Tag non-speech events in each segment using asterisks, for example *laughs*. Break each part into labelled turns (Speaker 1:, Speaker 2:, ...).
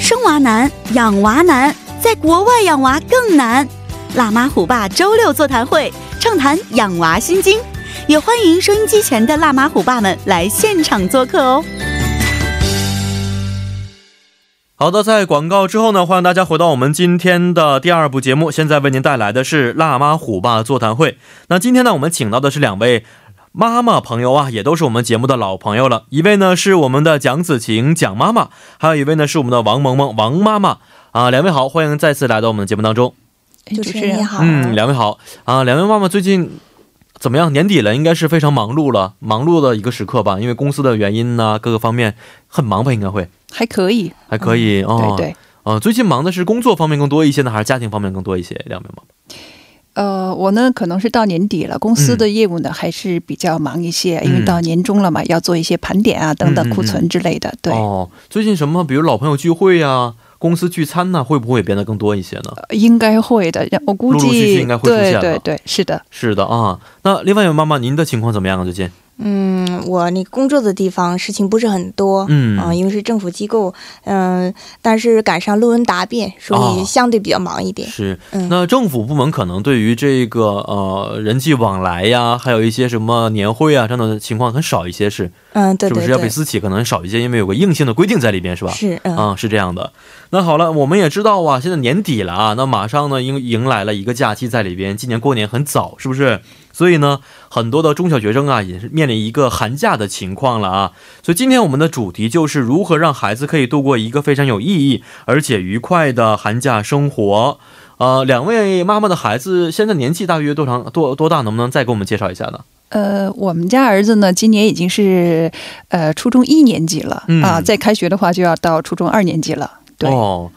Speaker 1: 生娃难，养娃难，在国外养娃更难。辣妈虎爸周六座谈会畅谈养娃心经，也欢迎收音机前的辣妈虎爸们来现场做客哦。
Speaker 2: 好的，在广告之后呢，欢迎大家回到我们今天的第二部节目。现在为您带来的是《辣妈虎爸座谈会》。那今天呢，我们请到的是两位妈妈朋友啊，也都是我们节目的老朋友了。一位呢是我们的蒋子晴蒋妈妈，还有一位呢是我们的王萌萌王妈妈啊。两位好，欢迎再次来到我们的节目当中。
Speaker 3: 主持人你好，
Speaker 2: 嗯，两位好啊，两位妈妈最近怎么样？年底了，应该是非常忙碌了，忙碌的一个时刻吧，因为公司的原因呐、各个方面很忙吧，应该会
Speaker 3: 还可以，
Speaker 2: 还可以、哦。
Speaker 3: 嗯对对。
Speaker 2: 呃，最近忙的是工作方面更多一些呢，还是家庭方面更多一些？两位吗？
Speaker 3: 呃，我呢可能是到年底了，公司
Speaker 2: 嗯
Speaker 3: 的业务呢、还是比较忙一些，因为到年终了嘛，要做一些盘点啊等
Speaker 2: 嗯嗯
Speaker 3: 等
Speaker 2: 嗯
Speaker 3: 库存之类的。对、
Speaker 2: 哦，最近什么，比如老朋友聚会呀、公司聚餐呐、会不会也变得更多一些呢？
Speaker 4: 呃
Speaker 3: 应该会的，我估计
Speaker 2: 陆陆续续应该会出现
Speaker 3: 对
Speaker 2: 了
Speaker 3: 对对，是的。
Speaker 2: 是的啊。那另外一位妈妈，您的情况怎么样啊？最近？
Speaker 4: 嗯，我那个工作的地方事情不是很多，
Speaker 2: 嗯
Speaker 4: 啊因为是政府机构，嗯、但是赶上论文答辩，所
Speaker 2: 哦
Speaker 4: 以相对比较忙一点。
Speaker 2: 是，
Speaker 4: 嗯
Speaker 2: 那政府部门可能对于这个呃人际往来呀，还有一些什么年会啊这样的情况很少一些是，
Speaker 4: 嗯，对
Speaker 2: 是不
Speaker 4: 对
Speaker 2: 是要比
Speaker 4: 对，
Speaker 2: 私企可能少一些，因为有个硬性的规定在里边是吧？
Speaker 4: 是嗯
Speaker 2: 啊、是这样的。那好了，我们也知道啊，现在年底了啊，那马上呢迎迎来了一个假期在里边，今年过年很早，是不是？所以呢，很多的中小学生啊，也是面临一个寒假的情况了啊。所以今天我们的主题就是如何让孩子可以度过一个非常有意义而且愉快的寒假生活。呃，两位妈妈的孩子现在年纪大约多长多多大？能不能再给我们介绍一下呢？
Speaker 3: 呃，我们家儿子呢，今年已经是呃初中一年级了、
Speaker 2: 嗯
Speaker 3: 啊，再开学的话就要到初中二年级了。对，
Speaker 2: 哦，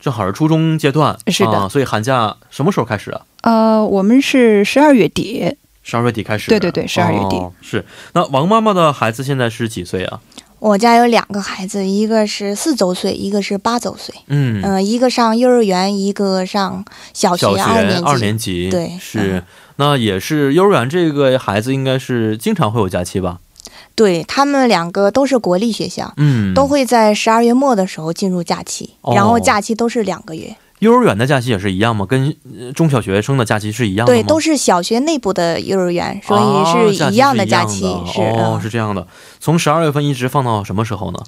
Speaker 2: 正好是初中阶段，
Speaker 3: 是的
Speaker 2: 啊所以寒假什么时候开始啊？
Speaker 3: 呃，我们是十二月底，
Speaker 2: 十二月底开始，
Speaker 3: 对对对12月底
Speaker 2: 哦是。那王妈妈的孩子现在是几岁啊？
Speaker 4: 我家有两个孩子，一个是四周岁，一个是八周岁。
Speaker 2: 嗯，
Speaker 4: 嗯、一个上幼儿园，一个上呃小学
Speaker 2: 小学
Speaker 4: 二年级。
Speaker 2: 二年级，
Speaker 4: 对嗯
Speaker 2: 是、那也是幼儿园这个孩子应该是经常会有假期吧？
Speaker 4: 对他们两个都是国立学校，
Speaker 2: 嗯，
Speaker 4: 都会在十二月末的时候进入假期，
Speaker 2: 哦
Speaker 4: 然后假期都是两个月。
Speaker 2: 幼儿园的假期也是一样吗？跟呃中小学生的假期是一样的吗？
Speaker 4: 对，都是小学内部的幼儿园，所
Speaker 2: 哦
Speaker 4: 以
Speaker 2: 假期
Speaker 4: 是
Speaker 2: 是
Speaker 4: 一样的
Speaker 2: 的
Speaker 4: 假期，是
Speaker 2: 哦，
Speaker 4: 嗯
Speaker 2: 是这样的，从十二月份一直放到什么时候呢？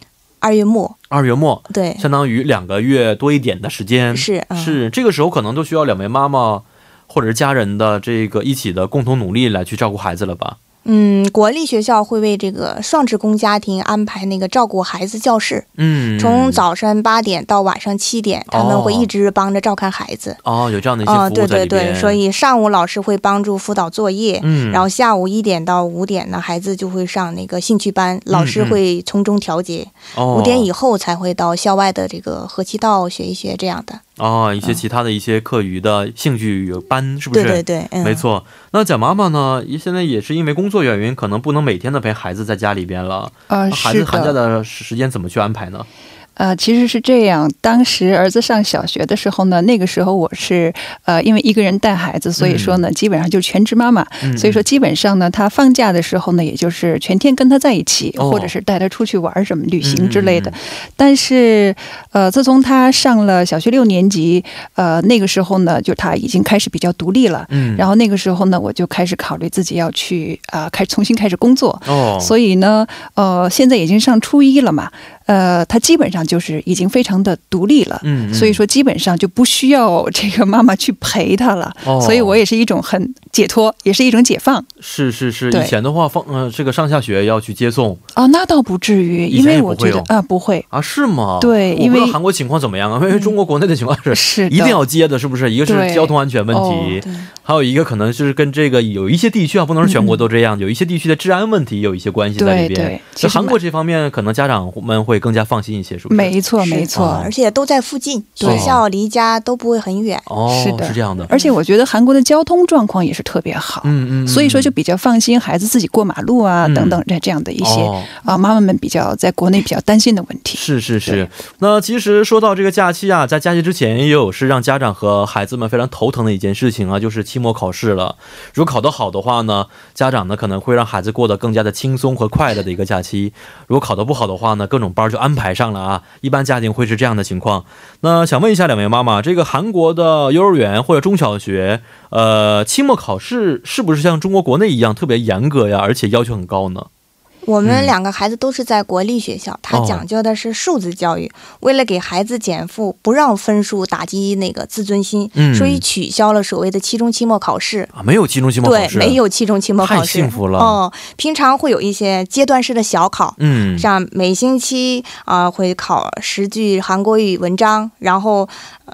Speaker 4: 二月末，
Speaker 2: 二月末，
Speaker 4: 对，
Speaker 2: 相当于两个月多一点的时间，
Speaker 4: 嗯是嗯
Speaker 2: 是，这个时候可能都需要两位妈妈或者是家人的这个一起的共同努力来去照顾孩子了吧？
Speaker 4: 嗯，国立学校会为这个双职工家庭安排那个照顾孩子教室，
Speaker 2: 嗯，
Speaker 4: 从早上八点到晚上七点，他们会
Speaker 2: 哦
Speaker 4: 一直帮着照看孩子。
Speaker 2: 哦，有这样的一些
Speaker 4: 嗯，
Speaker 2: 服
Speaker 4: 对
Speaker 2: 务在
Speaker 4: 对
Speaker 2: 里边，
Speaker 4: 对，所以上午老师会帮助辅导作业，
Speaker 2: 嗯，
Speaker 4: 然后下午一点到五点呢，孩子就会上那个兴趣班，老
Speaker 2: 嗯
Speaker 4: 师会从中调节。
Speaker 2: 后
Speaker 4: 五、点以后才会到校外的这个合气道学一学这样的。
Speaker 2: 哦，一些其他的一些课余的兴趣班，是不是？
Speaker 4: 对对对，嗯，
Speaker 2: 没。错，那蒋妈妈呢？也现在也是因为工作原因，可能不能每天的陪孩子在家里边了。
Speaker 3: 呃，
Speaker 2: 那孩子
Speaker 3: 是
Speaker 2: 啊寒假
Speaker 3: 的，
Speaker 2: 的时时间怎么去安排呢？
Speaker 3: 呃，其实是这样，当时儿子上小学的时候呢，那个时候我是呃，因为一个人带孩子，所以说呢，基本上就全职妈妈，
Speaker 2: 嗯
Speaker 3: 所以说，基本上呢，他放假的时候呢，也就是全天跟他在一起，
Speaker 2: 哦
Speaker 3: 或者是带他出去玩儿什么旅行之类的。
Speaker 2: 嗯
Speaker 3: 但是，呃，自从他上了小学六年级，呃，那个时候呢，就他已经开始比较独立了。
Speaker 2: 嗯，
Speaker 3: 然
Speaker 2: 后
Speaker 3: 后那个时候呢，我就开始考虑自己要去啊、呃开重新开始工作。
Speaker 2: 哦，
Speaker 3: 所以呢，呃，现在已经上初一了嘛，呃，他基本上就是已经非常的独立了。
Speaker 2: 嗯，嗯
Speaker 3: 所以，说，基本上就不需要这个妈妈去陪他了，
Speaker 2: 哦、
Speaker 3: 所以我也是一种很解脱，也是一种解放。
Speaker 2: 是是是，
Speaker 3: 对
Speaker 2: 以前的话放呃这个上下学要去接送
Speaker 3: 哦，那倒不至于，
Speaker 2: 以
Speaker 3: 因
Speaker 2: 前也
Speaker 3: 为
Speaker 2: 不
Speaker 3: 我
Speaker 2: 会
Speaker 3: 觉得
Speaker 2: 有
Speaker 3: 啊、不会，
Speaker 2: 啊，是吗？
Speaker 3: 对
Speaker 2: 我不知
Speaker 3: 因为嗯
Speaker 2: 道韩国情况怎么样啊？因为中国国内的情况是
Speaker 3: 是的
Speaker 2: 一定要接的，是不是？一个是
Speaker 3: 对
Speaker 2: 交通安全问
Speaker 3: 哦
Speaker 2: 题，
Speaker 4: 对
Speaker 2: 还有一个可能就是跟这个有一些地区啊，不能说全国都这样，有一些地区的治安问题有一些关系在里
Speaker 3: 嗯对
Speaker 2: 边。
Speaker 3: 对，
Speaker 2: 所
Speaker 3: 其
Speaker 2: 以
Speaker 3: 实
Speaker 2: 韩国这方面可能家长们会更加放心一些，是不是？
Speaker 3: 没错
Speaker 4: 是的
Speaker 3: 没错
Speaker 2: 啊，
Speaker 4: 而且都在附近，
Speaker 2: 对
Speaker 4: 学校离家都不会很远。
Speaker 2: 哦，
Speaker 3: 是的嗯
Speaker 2: 这样的，
Speaker 3: 而且我觉得韩国的交通状况也是特别好。
Speaker 2: 嗯嗯，
Speaker 3: 所以说就比较放心孩子自己过马路啊、
Speaker 2: 嗯
Speaker 3: 等等这这样的一
Speaker 2: 一
Speaker 3: 些啊、
Speaker 2: 哦
Speaker 3: 妈妈们比较在国内比较担心的问题。
Speaker 2: 是是是，那其实说到这个假期啊，在假期之前也有是让家长和孩子们非常头疼的一件事情啊，就是期期末考试了。如果考得好的话呢，家长呢可能会让孩子过得更加的轻松和快乐的一个假期；如果考得不好的话呢，各种班儿就安排上了啊。一般家庭会是这样的情况。那想问一下两位妈妈，这个韩国的幼儿园或者中小学，呃，期末考试是不是像中国国内一样特别严格呀，而且要求很高呢？
Speaker 4: 我
Speaker 2: 嗯
Speaker 4: 们两个孩子都是在国立学校，它
Speaker 2: 哦
Speaker 4: 讲究的是数字教育。为了给孩子减负，不让分数打击那个自尊心，
Speaker 2: 嗯
Speaker 4: 所以取消了所谓的期中、期末考试。
Speaker 2: 啊，没有期中、期末考
Speaker 4: 对，
Speaker 2: 试，
Speaker 4: 没，有期中、期末考
Speaker 2: 太
Speaker 4: 试。
Speaker 2: 幸福了。
Speaker 4: 哦，平常会有一些阶段式的小考，
Speaker 2: 嗯，
Speaker 4: 像每星期啊、会考十句韩国语文章，然后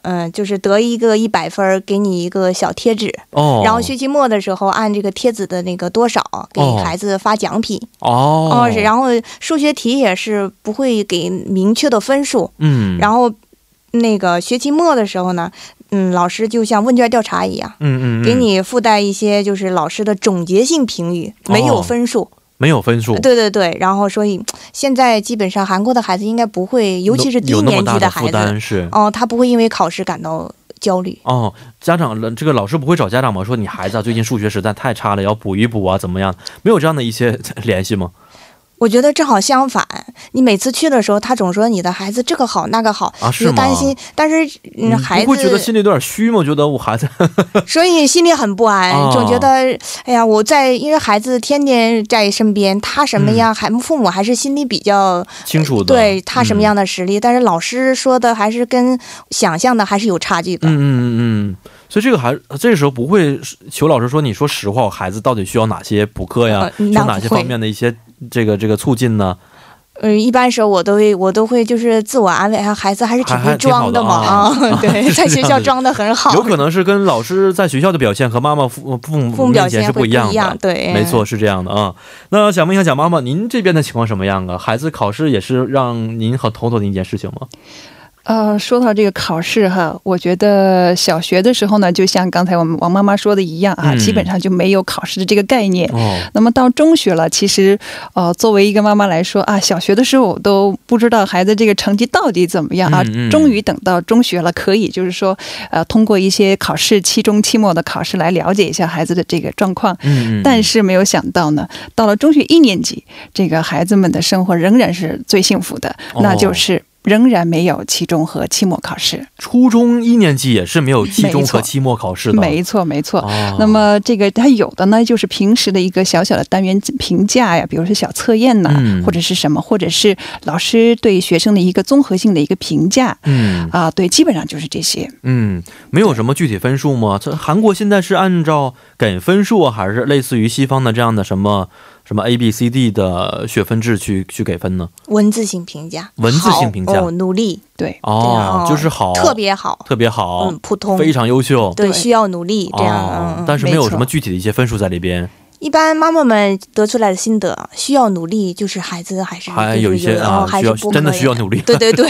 Speaker 4: 嗯、呃就是得一个一百分儿，给你一个小贴纸，
Speaker 2: 哦，
Speaker 4: 然后学期末的时候按这个贴纸的那个多少给
Speaker 2: 哦
Speaker 4: 孩子发奖品。
Speaker 2: 哦，
Speaker 4: 是呃然后数学题也是不会给明确的分数，
Speaker 2: 嗯，
Speaker 4: 然后那个学期末的时候呢，嗯，老师就像问卷调查一样。
Speaker 2: 嗯嗯，嗯
Speaker 4: 给你附带一些就是老师的总结性评语，
Speaker 2: 哦
Speaker 4: 没有分数。
Speaker 2: 没有分数，
Speaker 4: 对对对，然后所以现在基本上韩国的孩子应该不会，尤其是低
Speaker 2: 有那么
Speaker 4: 年
Speaker 2: 大
Speaker 4: 级
Speaker 2: 的
Speaker 4: 孩
Speaker 2: 负
Speaker 4: 子，
Speaker 2: 担是。
Speaker 4: 哦、他不会因为考试感到焦虑。
Speaker 2: 哦，家长这个老师不会找家长吗？说你孩子啊，最近数学实在太差了，要补一补啊，怎么样？没有这样的一些 *laughs* 联系吗？
Speaker 4: 我觉得正好相反，你每次去的时候，他总说你的孩子这个好那个好，
Speaker 2: 啊，
Speaker 4: 你
Speaker 2: 是
Speaker 4: 就
Speaker 2: 吗？
Speaker 4: 担心。但是，
Speaker 2: 你
Speaker 4: 嗯，孩
Speaker 2: 不会觉得
Speaker 4: 子
Speaker 2: 心里有点虚吗？觉得我孩子， *laughs*
Speaker 4: 所以心里很不安，
Speaker 2: 哦
Speaker 4: 总觉得，哎呀，我在，因为孩子天天在身边，他什么样，还、父母还是心里比较
Speaker 2: 嗯清楚的，嗯
Speaker 4: 对他什么样的实力、但是老师说的还是跟想象的还是有差距的。
Speaker 2: 嗯？嗯嗯嗯嗯。所以这个孩这个时候不会求老师说，你说实话，我孩子到底需要哪些补课呀
Speaker 4: 呃？
Speaker 2: 需
Speaker 4: 那
Speaker 2: 要哪
Speaker 4: 不
Speaker 2: 些
Speaker 4: 会
Speaker 2: 方面的一些这个这个促进呢？
Speaker 4: 嗯，一般时候我都会，我都会就是自我安慰，啊，孩子还是挺
Speaker 2: 还还
Speaker 4: 会装的嘛，
Speaker 2: 挺好
Speaker 4: 啊，
Speaker 2: *laughs*
Speaker 4: 对，在学校装的很好，
Speaker 2: 有可能是跟老师在学校的表现和妈妈父父母
Speaker 4: 父母表
Speaker 2: 面前
Speaker 4: 现
Speaker 2: 是
Speaker 4: 会不
Speaker 2: 不一样的。
Speaker 4: 对，
Speaker 2: 没错，是这样的啊。那想问一下蒋妈妈，您这边的情况什么样啊？孩子考试也是让您很头疼的一件事情吗？
Speaker 3: 呃，说到这个考试哈，我觉得小学的时候呢，就像刚才我们王妈妈说的一样啊，
Speaker 2: 嗯
Speaker 3: 基本上就没有考试的这个概念。
Speaker 2: 哦，
Speaker 3: 那么到中学了，其实，呃，作为一个妈妈来说啊，小学的时候我都不知道孩子这个成绩到底怎么样啊。
Speaker 2: 嗯嗯
Speaker 3: 终于等到中学了，可以就是说，呃，通过一些考试，期中、期末的考试来了解一下孩子的这个状况。
Speaker 2: 嗯，
Speaker 3: 但是没有想到呢，到了中学一年级，这个孩子们的生活仍然是最幸福的，
Speaker 2: 哦
Speaker 3: 那就是仍然没有期中和期末考试。
Speaker 2: 初中一年级也是没有期中
Speaker 3: 没
Speaker 2: 和
Speaker 3: 错
Speaker 2: 期末考试的，
Speaker 3: 没错，没错。
Speaker 2: 哦
Speaker 3: 那么这个它有的呢，就是平时的一个小小的单元评价呀，比如说小测验呐、
Speaker 2: 嗯
Speaker 3: 或者是什么，或者是老师对学生的一个综合性的一个评价
Speaker 2: 嗯
Speaker 3: 啊，对，基本上就是这些。
Speaker 2: 嗯，没有什么具体分数吗？这韩国现在是按照给分数啊，还是类似于西方的这样的什么什么 A B C D 的学分制去去给分呢？
Speaker 4: 文字性评价，
Speaker 2: 文字性
Speaker 4: 好
Speaker 2: 评价
Speaker 4: 哦，努力，
Speaker 2: *laughs*
Speaker 3: 对，
Speaker 4: 这样
Speaker 2: 哦，就是好，
Speaker 4: 特别好，
Speaker 2: 特别好，
Speaker 4: 嗯，普通，
Speaker 2: 非常优秀，
Speaker 4: 对，
Speaker 3: 对
Speaker 4: 需要努力，这样，
Speaker 2: 哦
Speaker 4: 嗯嗯。
Speaker 2: 但是没有
Speaker 3: 没错
Speaker 2: 什么具体的一些分数在里边，
Speaker 4: 一般妈妈们得出来的心得，需要努力，就是孩子还
Speaker 3: 嗯
Speaker 4: 是
Speaker 2: 还有一些
Speaker 4: 然后
Speaker 2: 啊，
Speaker 4: 还
Speaker 2: 需
Speaker 4: 是
Speaker 2: 要
Speaker 4: 不
Speaker 2: 真的
Speaker 4: 可以
Speaker 2: 需要
Speaker 3: *laughs*
Speaker 2: 努力
Speaker 4: *laughs* 对对对，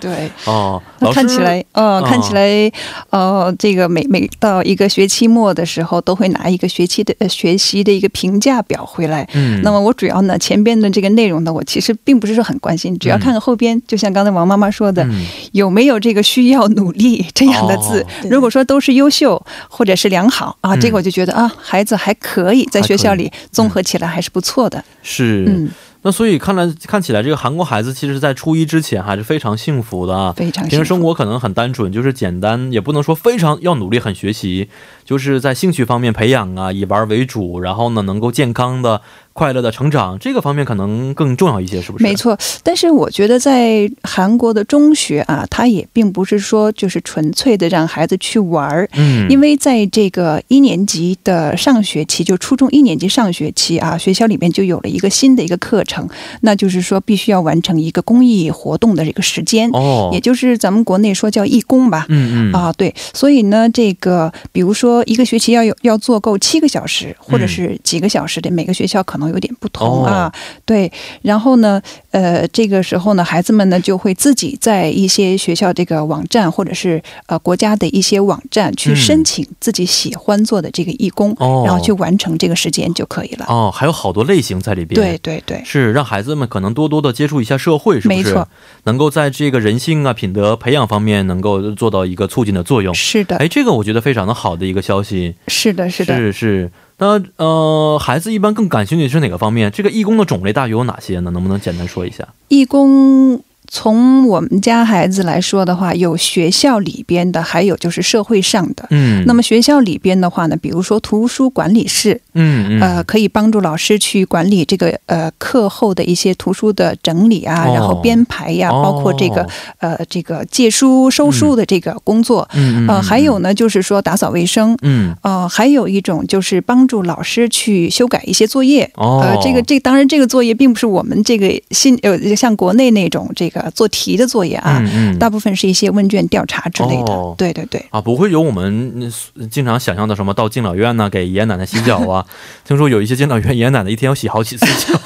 Speaker 3: 对。
Speaker 2: *laughs* 哦。
Speaker 3: 那
Speaker 2: 老师
Speaker 3: 看起来，呃，
Speaker 2: 嗯
Speaker 3: 看起来，呃，这个每每到一个学期末的时候，都会拿一个学期的、呃、学习的一个评价表回来。
Speaker 2: 嗯，
Speaker 3: 那么我主要呢，前边的这个内容呢，我其实并不是说很关心，主要看看后边，就像刚才王妈妈说的，
Speaker 2: 嗯
Speaker 3: 有没有这个需要努力这样的字
Speaker 2: 哦？
Speaker 4: 对
Speaker 3: 如果说都是优秀或者是良好啊，
Speaker 2: 嗯
Speaker 3: 这个我就觉得啊，孩子还可以，在学校里综合起来还是不错的。
Speaker 2: 是、
Speaker 3: 嗯，
Speaker 2: 那所以看来看起来，这个韩国孩子其实，在初一之前还是非常幸福的啊。
Speaker 3: 非常
Speaker 2: 平时生
Speaker 3: 幸福
Speaker 2: 活可能很单纯，就是简单，也不能说非常要努力很学习，就是在兴趣方面培养啊，以玩为主，然后呢，能够健康的、快乐的成长，这个方面可能更重要一些，是不是？
Speaker 3: 没，错，但是我觉得在韩国的中学啊，它也并不是说就是纯粹的让孩子去玩儿，
Speaker 2: 嗯，
Speaker 3: 因为在这个一年级的上学期，就初中一年级上学期啊，学校里面就有了一个新的一个课程，那就是说必须要完成一个公益活动的这个时间，
Speaker 2: 哦，
Speaker 3: 也就是咱们国内说叫义工吧。
Speaker 2: 嗯嗯
Speaker 3: 啊，对，所以呢，这个比如说一个学期要有要做够七个小时，或者是几个小时的，每个学校可能况有点不同
Speaker 2: 嗯哦
Speaker 3: 啊。对，然后呢，呃，这个时候呢，孩子们呢就会自己在一些学校这个网站或者是呃国家的一些网站去
Speaker 2: 嗯
Speaker 3: 申请自己喜欢做的这个义工，
Speaker 2: 哦
Speaker 3: 然后去完成这个时间就可以了。
Speaker 2: 哦，还有好多类型在里边。
Speaker 3: 对，对对，
Speaker 2: 是让孩子们可能多多的接触一下社会，是不是？
Speaker 3: 没错，
Speaker 2: 能够在这个人性啊、品德培养方面能够做到一个促进的作用。
Speaker 3: 是的，
Speaker 2: 哎，这个我觉得非常的好的一个消息。
Speaker 3: 是的，是的。
Speaker 2: 是是。那呃，孩子一般更感兴趣的是哪个方面？这个义工的种类大约有哪些呢？能不能简单说一下？
Speaker 3: 义工从我们家孩子来说的话，有学校里边的，还有就是社会上的。
Speaker 2: 嗯，
Speaker 3: 那么学校里边的话呢，比如说图书管理室，
Speaker 2: 嗯嗯
Speaker 3: 呃，可以帮助老师去管理这个呃课后的一些图书的整理啊，
Speaker 2: 哦
Speaker 3: 然后编排呀、
Speaker 2: 哦
Speaker 3: 包括这个呃这个借书收书的这个工作，
Speaker 2: 嗯嗯
Speaker 3: 呃，还有呢就是说打扫卫生，
Speaker 2: 嗯
Speaker 3: 呃，还有一种就是帮助老师去修改一些作业，
Speaker 2: 哦，
Speaker 3: 呃，这个这当然这个作业并不是我们这个新呃像国内那种这个做题的作业啊，
Speaker 2: 嗯嗯
Speaker 3: 大部分是一些问卷调查之类的。
Speaker 2: 哦
Speaker 3: 对对对，
Speaker 2: 啊，不会有我们嗯经常想象的什么到敬老院呢、给爷爷奶奶洗脚
Speaker 3: *laughs*
Speaker 2: 啊。听说有一些敬老院爷爷奶奶一天要洗好几次脚。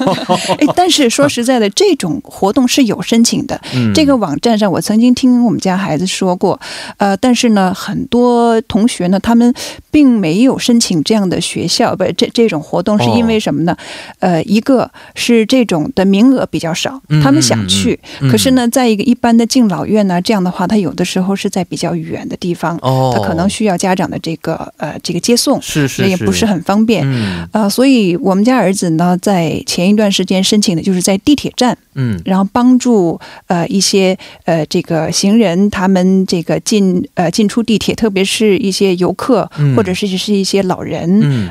Speaker 3: 哎，但是说实在的，这种活动是有申请的。
Speaker 2: 嗯，
Speaker 3: 这个网站上，我曾经听我们家孩子说过，呃，但是呢，很多同学呢，他们并没有申请这样的学校，不，这这种活动是
Speaker 2: 哦
Speaker 3: 因为什么呢？呃，一个是这种的名额比较少
Speaker 2: 嗯，
Speaker 3: 他们想去，
Speaker 2: 嗯嗯
Speaker 3: 可是呢，在一个一般的敬老院呢，这样的话，他有的时候是在比较远的地方，
Speaker 2: 哦，
Speaker 3: 他可能需要家长的这个呃这个接送，
Speaker 2: 是是
Speaker 3: 这也不是
Speaker 2: 是
Speaker 3: 很方便。
Speaker 2: 嗯
Speaker 3: 呃，所以我们家儿子呢，在前一段时间申请的就是在地铁站，
Speaker 2: 嗯
Speaker 3: 然后帮助呃一些呃这个行人他们这个进呃进出地铁，特别是一些游客、
Speaker 2: 嗯
Speaker 3: 或者是是一些老人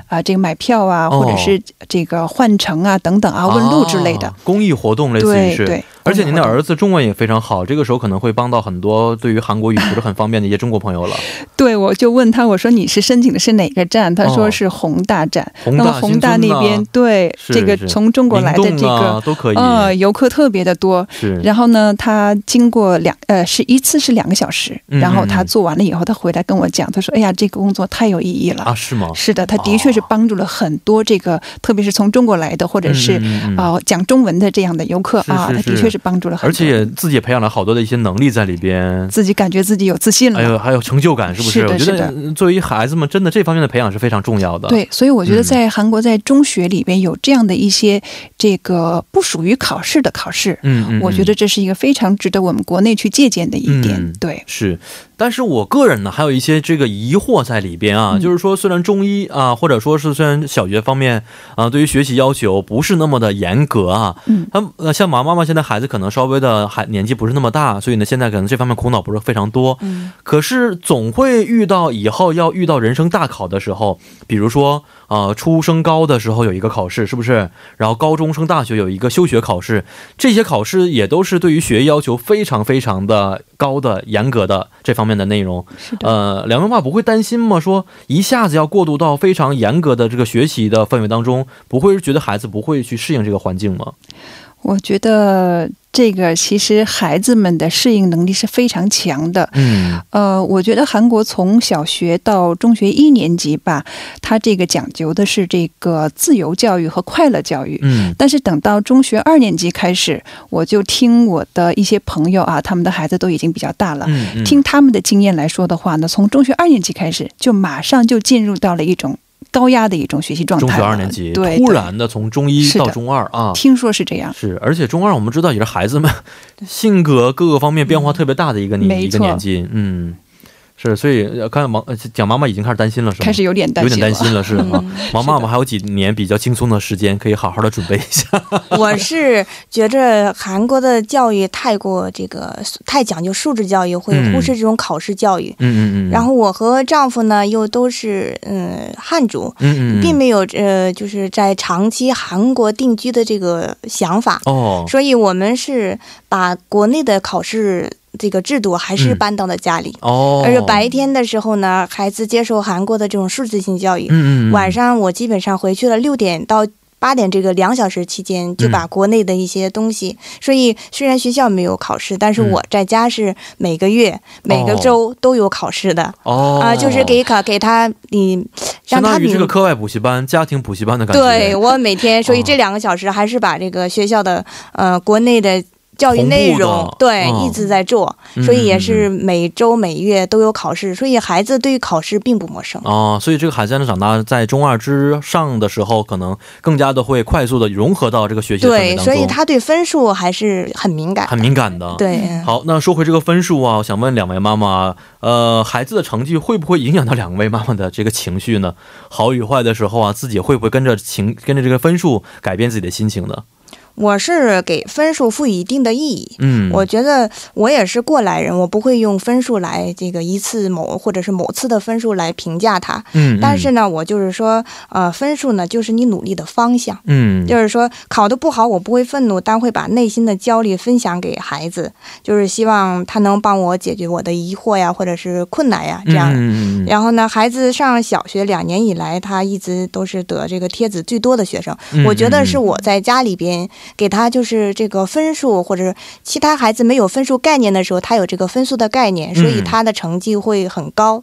Speaker 3: 啊、
Speaker 2: 嗯
Speaker 3: 这个买票啊，
Speaker 2: 哦
Speaker 3: 或者是这个换乘啊等等啊问路之类的。
Speaker 2: 啊公益活动类似于
Speaker 3: 对
Speaker 2: 是。
Speaker 3: 对，
Speaker 2: 而且您的
Speaker 3: 子
Speaker 2: 儿子中文也非常好，这个时候可能会帮到很多对于韩国语不是很方便的一些中国朋友了。
Speaker 3: 对我就问他，我说你是申请的是哪个站？他
Speaker 2: 哦
Speaker 3: 说是宏大站。
Speaker 2: 宏
Speaker 3: *laughs* 那
Speaker 2: 大
Speaker 3: 么宏大
Speaker 2: 新村
Speaker 3: 那
Speaker 2: 呐
Speaker 3: 边，对
Speaker 2: 是
Speaker 3: 这个
Speaker 2: 是
Speaker 3: 从中国来的
Speaker 2: 明
Speaker 3: 这
Speaker 2: 洞
Speaker 3: 个
Speaker 2: 啊、都可以，
Speaker 3: 呃，游客特别的多。
Speaker 2: 是
Speaker 3: 然后呢，他经过两呃是一次是两个小时，
Speaker 2: 嗯
Speaker 3: 然后他
Speaker 2: 嗯嗯
Speaker 3: 做完了以后，他回来跟我讲，他说：“哎呀，这个工作太有意义了。
Speaker 2: 啊，是吗？
Speaker 3: 是的，他的确是帮助了很多这个，特别是从中国来的或者是
Speaker 2: 嗯嗯嗯嗯
Speaker 3: 啊、呃讲中文的这样的游客
Speaker 2: 是
Speaker 3: 啊，
Speaker 2: 是
Speaker 3: 他的
Speaker 2: 是
Speaker 3: 确是帮助了很
Speaker 2: 而
Speaker 3: 多，
Speaker 2: 且也自己也培养了好多的一些能力在里边。
Speaker 3: 自己感觉自己有自信了。
Speaker 2: 哎呦，还有成就感，是不
Speaker 3: 嗯是的
Speaker 2: 我觉
Speaker 3: 是
Speaker 2: 得
Speaker 3: 的
Speaker 2: 嗯作为孩子们，真的这方面的培养是非常重要的。，
Speaker 3: 对，所以我觉
Speaker 2: 嗯
Speaker 3: 得在韩国，在中学里边有这样的一些这个不属于考试的考试，
Speaker 2: 嗯嗯，
Speaker 3: 我觉
Speaker 2: 嗯
Speaker 3: 得这是一个非常值得我们国内去借鉴的一点。
Speaker 2: 嗯
Speaker 3: 对，
Speaker 2: 是，但是我个人呢，还有一些这个疑惑在里边啊，
Speaker 3: 嗯
Speaker 2: 就是说，虽然中医啊，或者说是虽然小学方面啊，对于学习要求不是那么的严格啊，
Speaker 3: 嗯，
Speaker 2: 他们呃，像马妈妈现在孩子可能稍微的还年纪不是那么大，所以呢，现在可能这方面苦恼不是非常多，
Speaker 4: 嗯，
Speaker 2: 可是总会遇到以后要遇到人生大考的时候，比如说呃，初升高的时候有一个考试，是不是？然后高中升大学有一个休学考试，这些考试也都是对于学业要求非常非常的高的、严格的这方面的内容。
Speaker 3: 是的。
Speaker 2: 呃，梁文化不会担心吗？说一下子要过渡到非常严格的这个学习的氛围当中，不会觉得孩子不会去适应这个环境吗？
Speaker 3: 我觉得这个其实孩子们的适应能力是非常强的。
Speaker 2: 嗯，
Speaker 3: 呃，我觉得韩国从小学到中学一年级吧，它这个讲究的是这个自由教育和快乐教育。
Speaker 2: 嗯，
Speaker 3: 但是等到中学二年级开始，我就听我的一些朋友啊，他们的孩子都已经比较大了。
Speaker 2: 嗯，嗯
Speaker 3: 听他们的经验来说的话呢，从中学二年级开始，就马上就进入到了一种高压的一种学习状态
Speaker 2: 中
Speaker 3: 了。
Speaker 2: 学二年级
Speaker 3: 对，
Speaker 2: 突
Speaker 3: 对
Speaker 2: 然啊的从中一
Speaker 3: 是的
Speaker 2: 到中二啊，
Speaker 3: 听说是这样。
Speaker 2: 是，而且中二我们知道也是孩子们 *laughs* 性格各个方面变化
Speaker 4: 嗯
Speaker 2: 特别大的一个年、
Speaker 3: 没
Speaker 2: 一个
Speaker 3: 错
Speaker 2: 年纪，嗯，是，所以呃看王呃蒋妈妈已经开始担心了，是吗？
Speaker 3: 开始有点担
Speaker 2: 有
Speaker 3: 心
Speaker 2: 点
Speaker 3: 了，
Speaker 2: 担心了，是吗？
Speaker 4: 嗯
Speaker 2: 王妈妈还有几年比较轻松的时间，可以好好的准备一下。
Speaker 4: 我是觉着韩国的教育太过这个太讲究素质教育，会忽视这种考试教育。
Speaker 2: 嗯嗯嗯嗯。
Speaker 4: 然，后我和丈夫呢又都是嗯汉族，
Speaker 2: 嗯嗯，
Speaker 4: 并没有呃就是在长期韩国定居的这个想法，
Speaker 2: 哦，
Speaker 4: 所以我们是把国内的考试这个制度还是
Speaker 2: 嗯
Speaker 4: 搬到了家里，
Speaker 2: 哦，
Speaker 4: 而且呃白天的时候呢，孩子接受韩国的这种素质性教育，
Speaker 2: 嗯，嗯嗯，
Speaker 4: 晚上我基本上回去了六点到。八点这个两小时期间就
Speaker 2: 嗯
Speaker 4: 把国内的一些东西，所以虽然学校没有考试，但
Speaker 2: 嗯
Speaker 4: 是我在家是每个月、每个周都有考试的
Speaker 2: 哦
Speaker 4: 啊、就是给考给他你让
Speaker 2: 相
Speaker 4: 他
Speaker 2: 当于
Speaker 4: 明
Speaker 2: 这个课外补习班、家庭补习班的感觉。
Speaker 4: 对我每天，所以
Speaker 2: 哦
Speaker 4: 这两个小时还是把这个学校的呃国内的教育内
Speaker 2: 同步
Speaker 4: 容
Speaker 2: 的
Speaker 4: 对、
Speaker 2: 哦
Speaker 4: 一直在做，
Speaker 2: 嗯
Speaker 4: 所以也是每周每月都有考试，所以孩子对于考试并不陌生。
Speaker 2: 哦，所以这个孩子呢，长大在中二之上的时候，可能更加的会快速的融合到这个学习的氛围
Speaker 4: 对，
Speaker 2: 当
Speaker 4: 所
Speaker 2: 中，
Speaker 4: 以他对分数还是很敏感的。
Speaker 2: 很敏感嗯的。。
Speaker 4: 对，
Speaker 2: 好，那说回这个分数啊，我想问两位妈妈，呃，孩子的成绩会不会影响到两位妈妈的这个情绪呢？好与坏的时候啊，自己会不会跟着情跟着这个分数改变自己的心情呢？
Speaker 4: 我是给分数赋予一定的意义。
Speaker 2: 嗯，
Speaker 4: 我觉得我也是过来人，我不会用分数来这个一次某或者是某次的分数来评价它。
Speaker 2: 嗯，嗯
Speaker 4: 但是呢，我就是说，呃，分数呢就是你努力的方向。
Speaker 2: 嗯，
Speaker 4: 就是说考得不好，我不会愤怒，但会把内心的焦虑分享给孩子，就是希望他能帮我解决我的疑惑呀，或者是困难呀，这样。
Speaker 2: 嗯嗯嗯
Speaker 4: 然后呢，孩子上小学两年以来，他一直都是得这个贴子最多的学生。
Speaker 2: 嗯
Speaker 4: 我觉得是
Speaker 2: 嗯
Speaker 4: 我在家里边给他就是这个分数，或者是其他孩子没有分数概念的时候，他有这个分数的概念，所以
Speaker 2: 嗯
Speaker 4: 他的成绩会很高。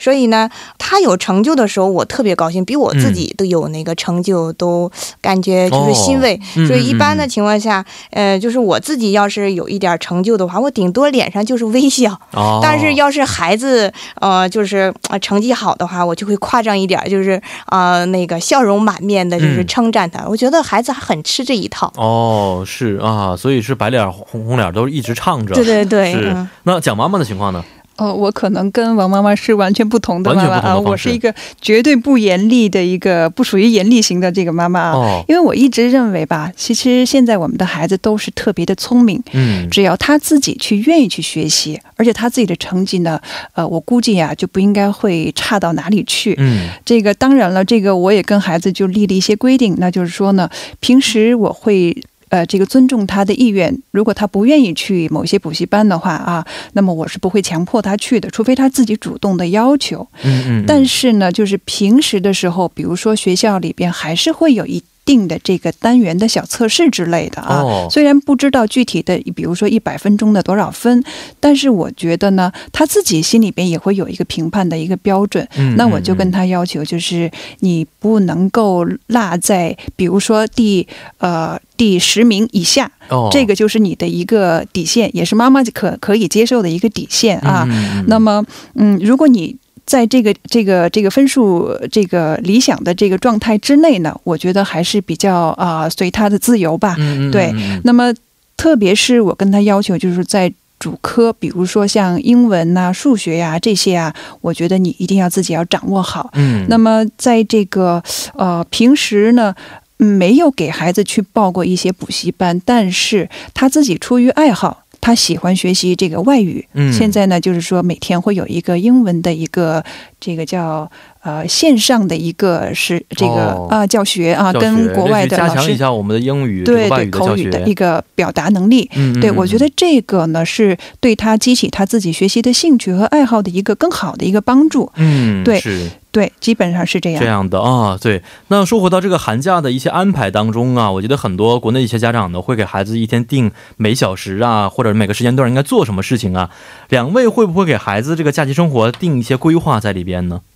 Speaker 4: 所以呢，他有成就的时候，我特别高兴，比我自己都有那个成就都感觉就是欣慰。
Speaker 2: 嗯
Speaker 4: 所以一般的
Speaker 2: 嗯
Speaker 4: 情况下，呃，就是我自己要是有一点成就的话，我顶多脸上就是微笑。
Speaker 2: 嗯哦，
Speaker 4: 但是要是孩子呃，就是呃成绩好的话，我就会夸张一点，就是呃那个笑容满面的，就是
Speaker 2: 嗯
Speaker 4: 称赞他。我觉得孩子还很吃这一套。
Speaker 2: 哦是啊，所以是白脸红红脸都是一直唱着。
Speaker 4: 对对对，
Speaker 2: 是
Speaker 4: 嗯，
Speaker 2: 那蒋妈妈的情况呢？
Speaker 3: 哦，我可能跟王妈妈是完全不同的妈妈
Speaker 2: 完全不同
Speaker 3: 啊，
Speaker 2: 的方式
Speaker 3: 我是一个绝对不严厉的一个不属于严厉型的这个妈妈啊，
Speaker 2: 哦，
Speaker 3: 因为我一直认为吧，其实现在我们的孩子都是特别的聪明，
Speaker 2: 嗯，
Speaker 3: 只要他自己去愿意去学习，而且他自己的成绩呢，呃，我估计呀、就不应该会差到哪里去。
Speaker 2: 嗯
Speaker 3: 这个当然了，这个我也跟孩子就立了一些规定，那就是说呢，平时我会。呃，这个尊重他的意愿，如果他不愿意去某些补习班的话啊，那么我是不会强迫他去的，除非他自己主动的要求。
Speaker 2: 嗯嗯，
Speaker 3: 但是呢，就是平时的时候，比如说学校里边还是会有一定的这个单元的小测试之类的啊。
Speaker 2: 哦
Speaker 3: 虽然不知道具体的，比如说一百分钟的多少分，但是我觉得呢，他自己心里边也会有一个评判的一个标准。
Speaker 2: 嗯
Speaker 3: 那我就跟
Speaker 2: 他
Speaker 3: 他要求，就是你不能够落在，比如说第呃第十名以下，
Speaker 2: 哦
Speaker 3: 这个就是你的一个底线，也是妈妈可可以接受的一个底线啊。
Speaker 2: 嗯嗯嗯
Speaker 3: 那么，嗯，如果你在这个这个这个分数这个理想的这个状态之内呢，我觉得还是比较啊、随他的自由吧。
Speaker 2: 嗯嗯嗯
Speaker 3: 对
Speaker 2: 嗯
Speaker 3: 那么，特别是我跟他要求，就是在主科，比如说像英文呐、数学呀、这些啊，我觉得你一定要自己要掌握好。
Speaker 2: 嗯，
Speaker 3: 那么，在这个呃平时呢。嗯没有给孩子去报过一些补习班，但是他自己出于爱好，他喜欢学习这个外语，
Speaker 2: 嗯
Speaker 3: 现在呢，就是说每天会有一个英文的一个这个叫呃线上的一个是这个啊、
Speaker 2: 哦
Speaker 3: 教学啊，
Speaker 2: 教
Speaker 3: 跟
Speaker 2: 学类
Speaker 3: 国
Speaker 2: 似
Speaker 3: 外
Speaker 2: 于
Speaker 3: 的
Speaker 2: 加
Speaker 3: 老
Speaker 2: 强一
Speaker 3: 师
Speaker 2: 下我们的英语这
Speaker 3: 对
Speaker 2: 个外
Speaker 3: 对
Speaker 2: 语的教
Speaker 3: 口
Speaker 2: 学
Speaker 3: 语的一个表达能力。
Speaker 2: 嗯嗯
Speaker 3: 对，
Speaker 2: 嗯
Speaker 3: 我觉得这个呢是对他激起他自己学习的兴趣和爱好的一个更好的一个帮助。
Speaker 2: 嗯
Speaker 3: 对
Speaker 2: 是
Speaker 3: 对，基本上是这样。
Speaker 2: 这样的啊，对。那说回到这个寒假的一些安排当中啊，我觉得很多国内一些家长呢会给孩子一天定每小时啊，或者每个时间段应该做什么事情啊。两位会不会给孩子这个假期生活定一些规划在里边呢？嗯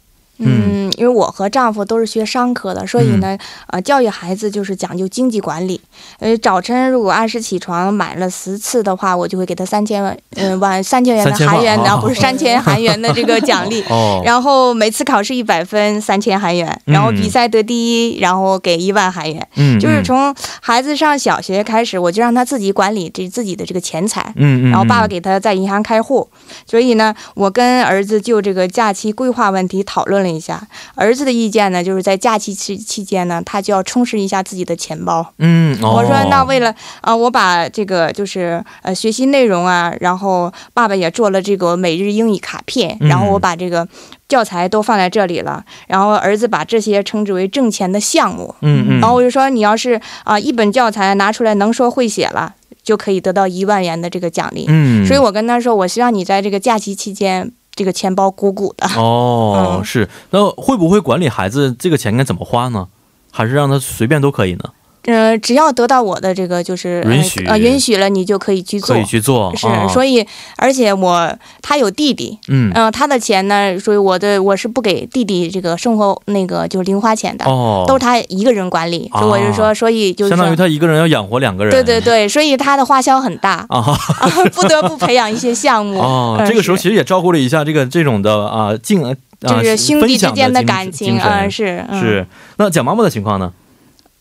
Speaker 4: 嗯，因为我和丈夫都是学商科的，所以呢，呃，
Speaker 2: 嗯
Speaker 4: 教育孩子就是讲究经济管理。呃，早晨如果按时起床买了十次的话，我就会给他三千万，
Speaker 2: *laughs*
Speaker 4: 嗯，万三千元的
Speaker 2: 3000
Speaker 4: 韩元的，
Speaker 2: 万啊。
Speaker 4: 不是三千韩元的这个奖励
Speaker 2: 哦，
Speaker 4: 然后每次考试一百分，三千韩元；然后
Speaker 2: 嗯
Speaker 4: 比赛得第一，然后给一万韩元。
Speaker 2: 嗯，
Speaker 4: 就是
Speaker 2: 嗯
Speaker 4: 从孩子上小学开始，我就让他自己管理这自己的这个钱财。
Speaker 2: 嗯嗯，
Speaker 4: 然后爸爸给他在银行开户，所以呢，我跟儿子就这个假期规划问题讨论了一下。儿子的意见呢，就是在假期期期间呢，他就要充实一下自己的钱包。
Speaker 2: 嗯，哦、
Speaker 4: 我说那为了啊、我把这个就是呃学习内容啊，然后爸爸也做了这个每日英语卡片，
Speaker 2: 嗯
Speaker 4: 然后我把这个教材都放在这里了，然后儿子把这些称之为挣钱的项目。
Speaker 2: 嗯嗯，
Speaker 4: 然后我就说，你要是啊、一本教材拿出来能说会写了，就可以得到一万元的这个奖励。
Speaker 2: 嗯，
Speaker 4: 所以我跟他说，我希望你在这个假期期间，这个钱包鼓鼓的。
Speaker 2: 哦、
Speaker 4: 嗯
Speaker 2: 是，那会不会管理孩子这个钱该怎么花呢？还是让他随便都可以呢？
Speaker 4: 呃，只要得到我的这个就是
Speaker 2: 允许
Speaker 4: 呃允许了，你就可以去做
Speaker 2: 可以。去做，
Speaker 4: 是，
Speaker 2: 啊、
Speaker 4: 所以而且我他有弟弟，
Speaker 2: 嗯
Speaker 4: 嗯、他的钱呢，所以我的我是不给弟弟这个生活那个就是零花钱的，
Speaker 2: 哦，
Speaker 4: 都是他一个人管理。所以我就
Speaker 2: 啊
Speaker 4: 说，所以就是
Speaker 2: 相当于
Speaker 4: 说。
Speaker 2: 他一个人要养活两个人，，
Speaker 4: 对对对，所以他的花销很大 *laughs*
Speaker 2: 啊。 *laughs*
Speaker 4: 不得不培养一些项目。
Speaker 2: 哦，
Speaker 4: 嗯
Speaker 2: 这个时候
Speaker 4: 是
Speaker 2: 其实也照顾了一下这个这种的啊敬啊，
Speaker 4: 就是兄弟之间
Speaker 2: 的
Speaker 4: 感情，
Speaker 2: 啊
Speaker 4: 嗯，，是嗯
Speaker 2: 是。那蒋妈妈的情况呢？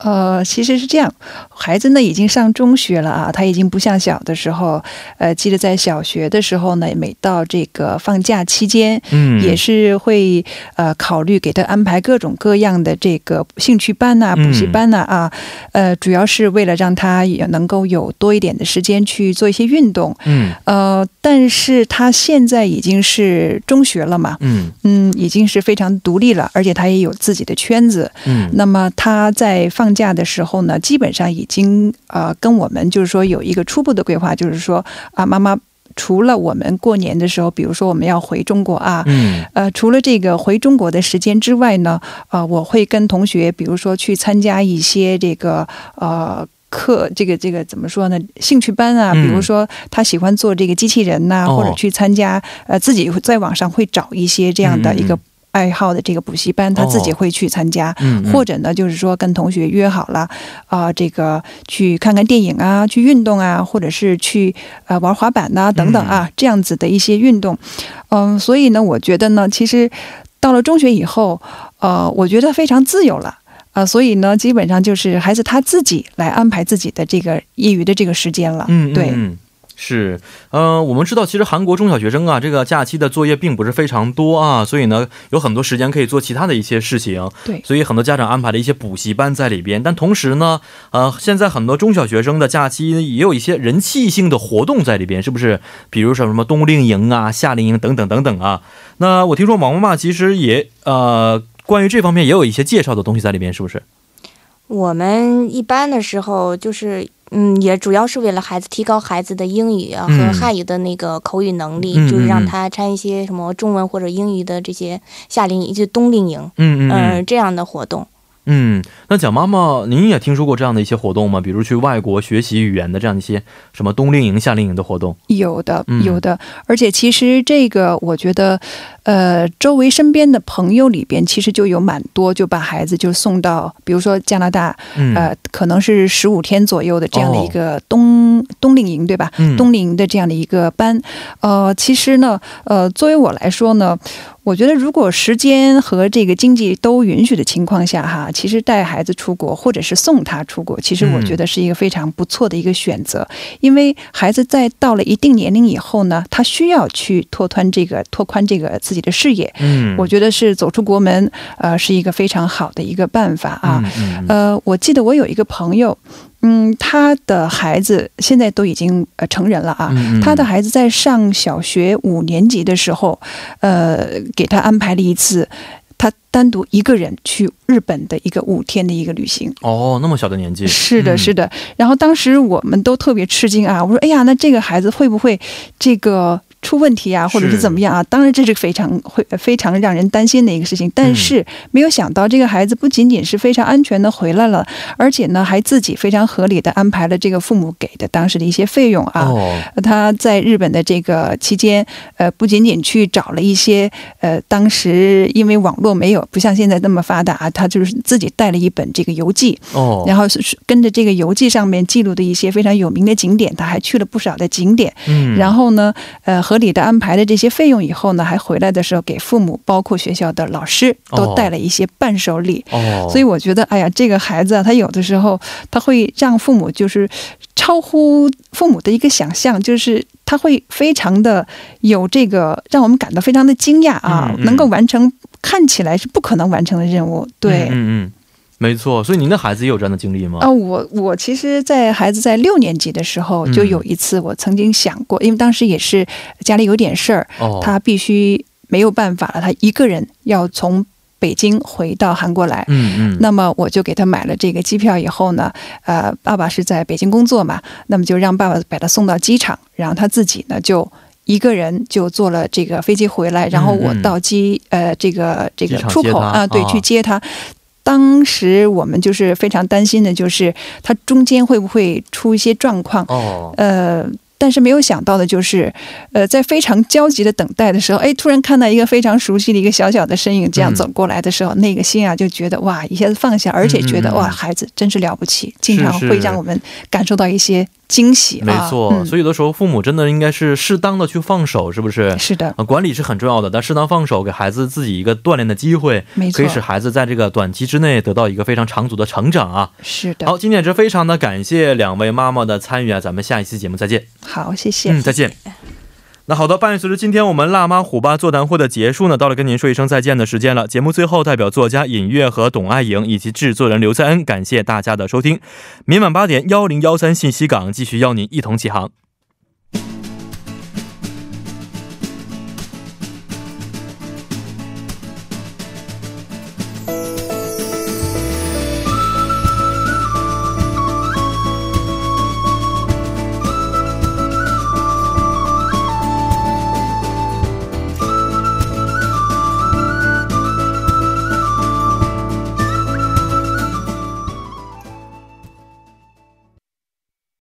Speaker 3: 呃，其实是这样，孩子呢已经上中学了啊，他已经不像小的时候。呃，记得在小学的时候呢，每到这个放假期间，
Speaker 2: 嗯，
Speaker 3: 也是会呃考虑给他安排各种各样的这个兴趣班呐、
Speaker 2: 嗯
Speaker 3: 补习班呐啊，呃，主要是为了让他也能够有多一点的时间去做一些运动。
Speaker 2: 嗯
Speaker 3: 呃，但是他现在已经是中学了嘛，
Speaker 2: 嗯
Speaker 3: 嗯，已经是非常独立了，而且他也有自己的圈子。
Speaker 2: 嗯，
Speaker 3: 那么他在放假的时候呢，基本上已经呃跟我们就是说有一个初步的规划，就是说啊，妈妈除了我们过年的时候，比如说我们要回中国啊。
Speaker 2: 嗯
Speaker 3: 呃，除了这个回中国的时间之外呢，啊，我会跟同学，比如说去参加一些这个呃课，这个这个怎么说呢？兴趣班啊，比
Speaker 2: 嗯
Speaker 3: 如说他喜欢做这个机器人呐、
Speaker 2: 哦
Speaker 3: 或者去参加呃自己会在网上会找一些这样的一
Speaker 2: 嗯嗯
Speaker 3: 个
Speaker 2: 嗯
Speaker 3: 爱好的这个补习班，他自己
Speaker 2: 哦
Speaker 3: 会去参加。
Speaker 2: 嗯，嗯
Speaker 3: 或者呢，就是说跟同学约好了啊、这个去看看电影啊，去运动啊，或者是去呃玩滑板
Speaker 2: 嗯
Speaker 3: 呐、等等啊，这样子的一些运动。嗯，所以呢，我觉得呢，其实到了中学以后，呃，我觉得非常自由了啊、所以呢，基本上就是孩子他自己来安排自己的这个业余的这个时间了。
Speaker 2: 嗯，嗯
Speaker 3: 对。
Speaker 2: 嗯是，呃，我们知道，其实韩国中小学生啊，这个假期的作业并不是非常多啊，所以呢，有很多时间可以做其他的一些事情。
Speaker 3: 对
Speaker 2: 所以很多家长安排了一些补习班在里边，但同时呢，呃，现在很多中小学生的假期也有一些人气性的活动在里边，是不是？比如说什么冬令营啊、夏令营等等等等啊。那我听说王妈妈其实也呃，关于这方面也有一些介绍的东西在里边，是不是？
Speaker 4: 我们一般的时候就是。嗯，也主要是为了孩子提高孩子的英语啊
Speaker 2: 嗯
Speaker 4: 和汉语的那个口语能力，
Speaker 2: 嗯嗯
Speaker 4: 就是
Speaker 2: 嗯
Speaker 4: 让他参一些什么中文或者英语的这些夏令营、就冬令营，
Speaker 2: 嗯嗯
Speaker 4: 嗯、
Speaker 2: 嗯。
Speaker 4: 这样的活动。
Speaker 2: 嗯，那蒋妈妈，您也听说过这样的一些活动吗？比如去外国学习语言的这样一些什么冬令营、夏令营的活动？
Speaker 3: 有的
Speaker 2: 嗯，
Speaker 3: 有的，而且其实这个，我觉得，呃，周围身边的朋友里边，其实就有蛮多就把孩子就送到，比如说加拿大，
Speaker 2: 嗯，
Speaker 3: 呃，可能是十五天左右的这样的
Speaker 2: 哦
Speaker 3: 一个冬、冬令营，对吧？
Speaker 2: 嗯
Speaker 3: 冬令营的这样的一个班，呃，其实呢，呃，作为我来说呢，我觉得如果时间和这个经济都允许的情况下，哈，其实带孩子出国或者是送他出国，其实我
Speaker 2: 嗯
Speaker 3: 觉得是一个非常不错的一个选择，因为孩子在到了一定年龄以后呢，他需要去拓宽这个拓宽这个自己的视野，
Speaker 2: 嗯，
Speaker 3: 我觉得是走出国门，呃，是一个非常好的一个办法啊。
Speaker 2: 嗯，嗯嗯
Speaker 3: 呃，我记得我有一个朋友，嗯，他的孩子现在都已经呃成人了啊。
Speaker 2: 嗯嗯
Speaker 3: 他的孩子在上小学五年级的时候，呃，给他安排了一次他单独一个人去日本的一个五天的一个旅行。
Speaker 2: 哦，那么小的年纪，
Speaker 3: 是的，
Speaker 2: 嗯
Speaker 3: 是的。然后当时我们都特别吃惊啊，我说：“哎呀，那这个孩子会不会这个出问题啊，或者是
Speaker 2: 是
Speaker 3: 怎么样啊？”当然，这是非常会非常让人担心的一个事情。但是没有想到，这个孩子不仅仅是非常安全的回来了，而且呢，还自己非常合理的安排了这个父母给的当时的一些费用啊。
Speaker 2: 哦，
Speaker 3: 他在日本的这个期间，呃，不仅仅去找了一些，呃，当时因为网络没有不像现在那么发达，他就是自己带了一本这个游记，
Speaker 2: 哦，
Speaker 3: 然后是是跟着这个游记上面记录的一些非常有名的景点，他还去了不少的景点。
Speaker 2: 嗯，
Speaker 3: 然后呢，呃，合理的安排的这些费用以后呢，还回来的时候给父母，包括学校的老师
Speaker 2: 哦
Speaker 3: 都带了一些伴手礼。
Speaker 2: 哦，
Speaker 3: 所以我觉得，哎呀，这个孩子啊，他有的时候他会让父母就是超乎父母的一个想象，就是他会非常的有这个让我们感到非常的惊讶啊，
Speaker 2: 嗯嗯
Speaker 3: 能够完成看起来是不可能完成的任务。对，
Speaker 2: 嗯嗯嗯，没错。所以您的孩子也有这样的经历吗？
Speaker 3: 啊、我我其实，在孩子在六年级的时候，
Speaker 2: 嗯
Speaker 3: 就有一次我曾经想过，因为当时也是家里有点事儿，
Speaker 2: 哦，
Speaker 3: 他必须没有办法了，他一个人要从北京回到韩国来。
Speaker 2: 嗯嗯，
Speaker 3: 那么我就给他买了这个机票以后呢，呃，爸爸是在北京工作嘛，那么就让爸爸把他送到机场，然后他自己呢就一个人就坐了这个飞机回来，然后我
Speaker 2: 嗯嗯
Speaker 3: 到机呃这个这个
Speaker 2: 机场
Speaker 3: 出
Speaker 2: 接
Speaker 3: 口
Speaker 2: 他
Speaker 3: 啊，对，
Speaker 2: 啊
Speaker 3: 去接他。当时我们就是非常担心的，就是它中间会不会出一些状况？
Speaker 2: 哦，
Speaker 3: 呃，但是没有想到的就是，呃，在非常焦急的等待的时候，哎，突然看到一个非常熟悉的一个小小的身影这样
Speaker 2: 嗯
Speaker 3: 走过来的时候，那个心啊就觉得哇，一下子放下，而且觉
Speaker 2: 嗯
Speaker 3: 得、
Speaker 2: 嗯嗯
Speaker 3: 哇，孩子真是了不起，经常
Speaker 2: 是
Speaker 3: 会让我们感受到一些惊喜啊。
Speaker 2: 没错、
Speaker 3: 嗯、
Speaker 2: 所以有的时候父母真的应该是适当的去放手，是不是？
Speaker 3: 是的，
Speaker 2: 啊，管理是很重要的，但适当放手，给孩子自己一个锻炼的机会，
Speaker 3: 没
Speaker 2: 可
Speaker 3: 错
Speaker 2: 以，使孩子在这个短期之内得到一个非常长足的成长啊。
Speaker 3: 是的。
Speaker 2: 好，今天也是非常的感谢两位妈妈的参与啊，咱们下一期节目再见。
Speaker 3: 好，谢谢。
Speaker 2: 嗯，再见。那好的，伴随着今天我们辣妈虎爸座谈会的结束呢，到了跟您说一声再见的时间了。节目最后，代表作家尹月和董爱颖以及制作人刘在恩，感谢大家的收听。明晚八点幺零幺三信息港继续邀您一同起航。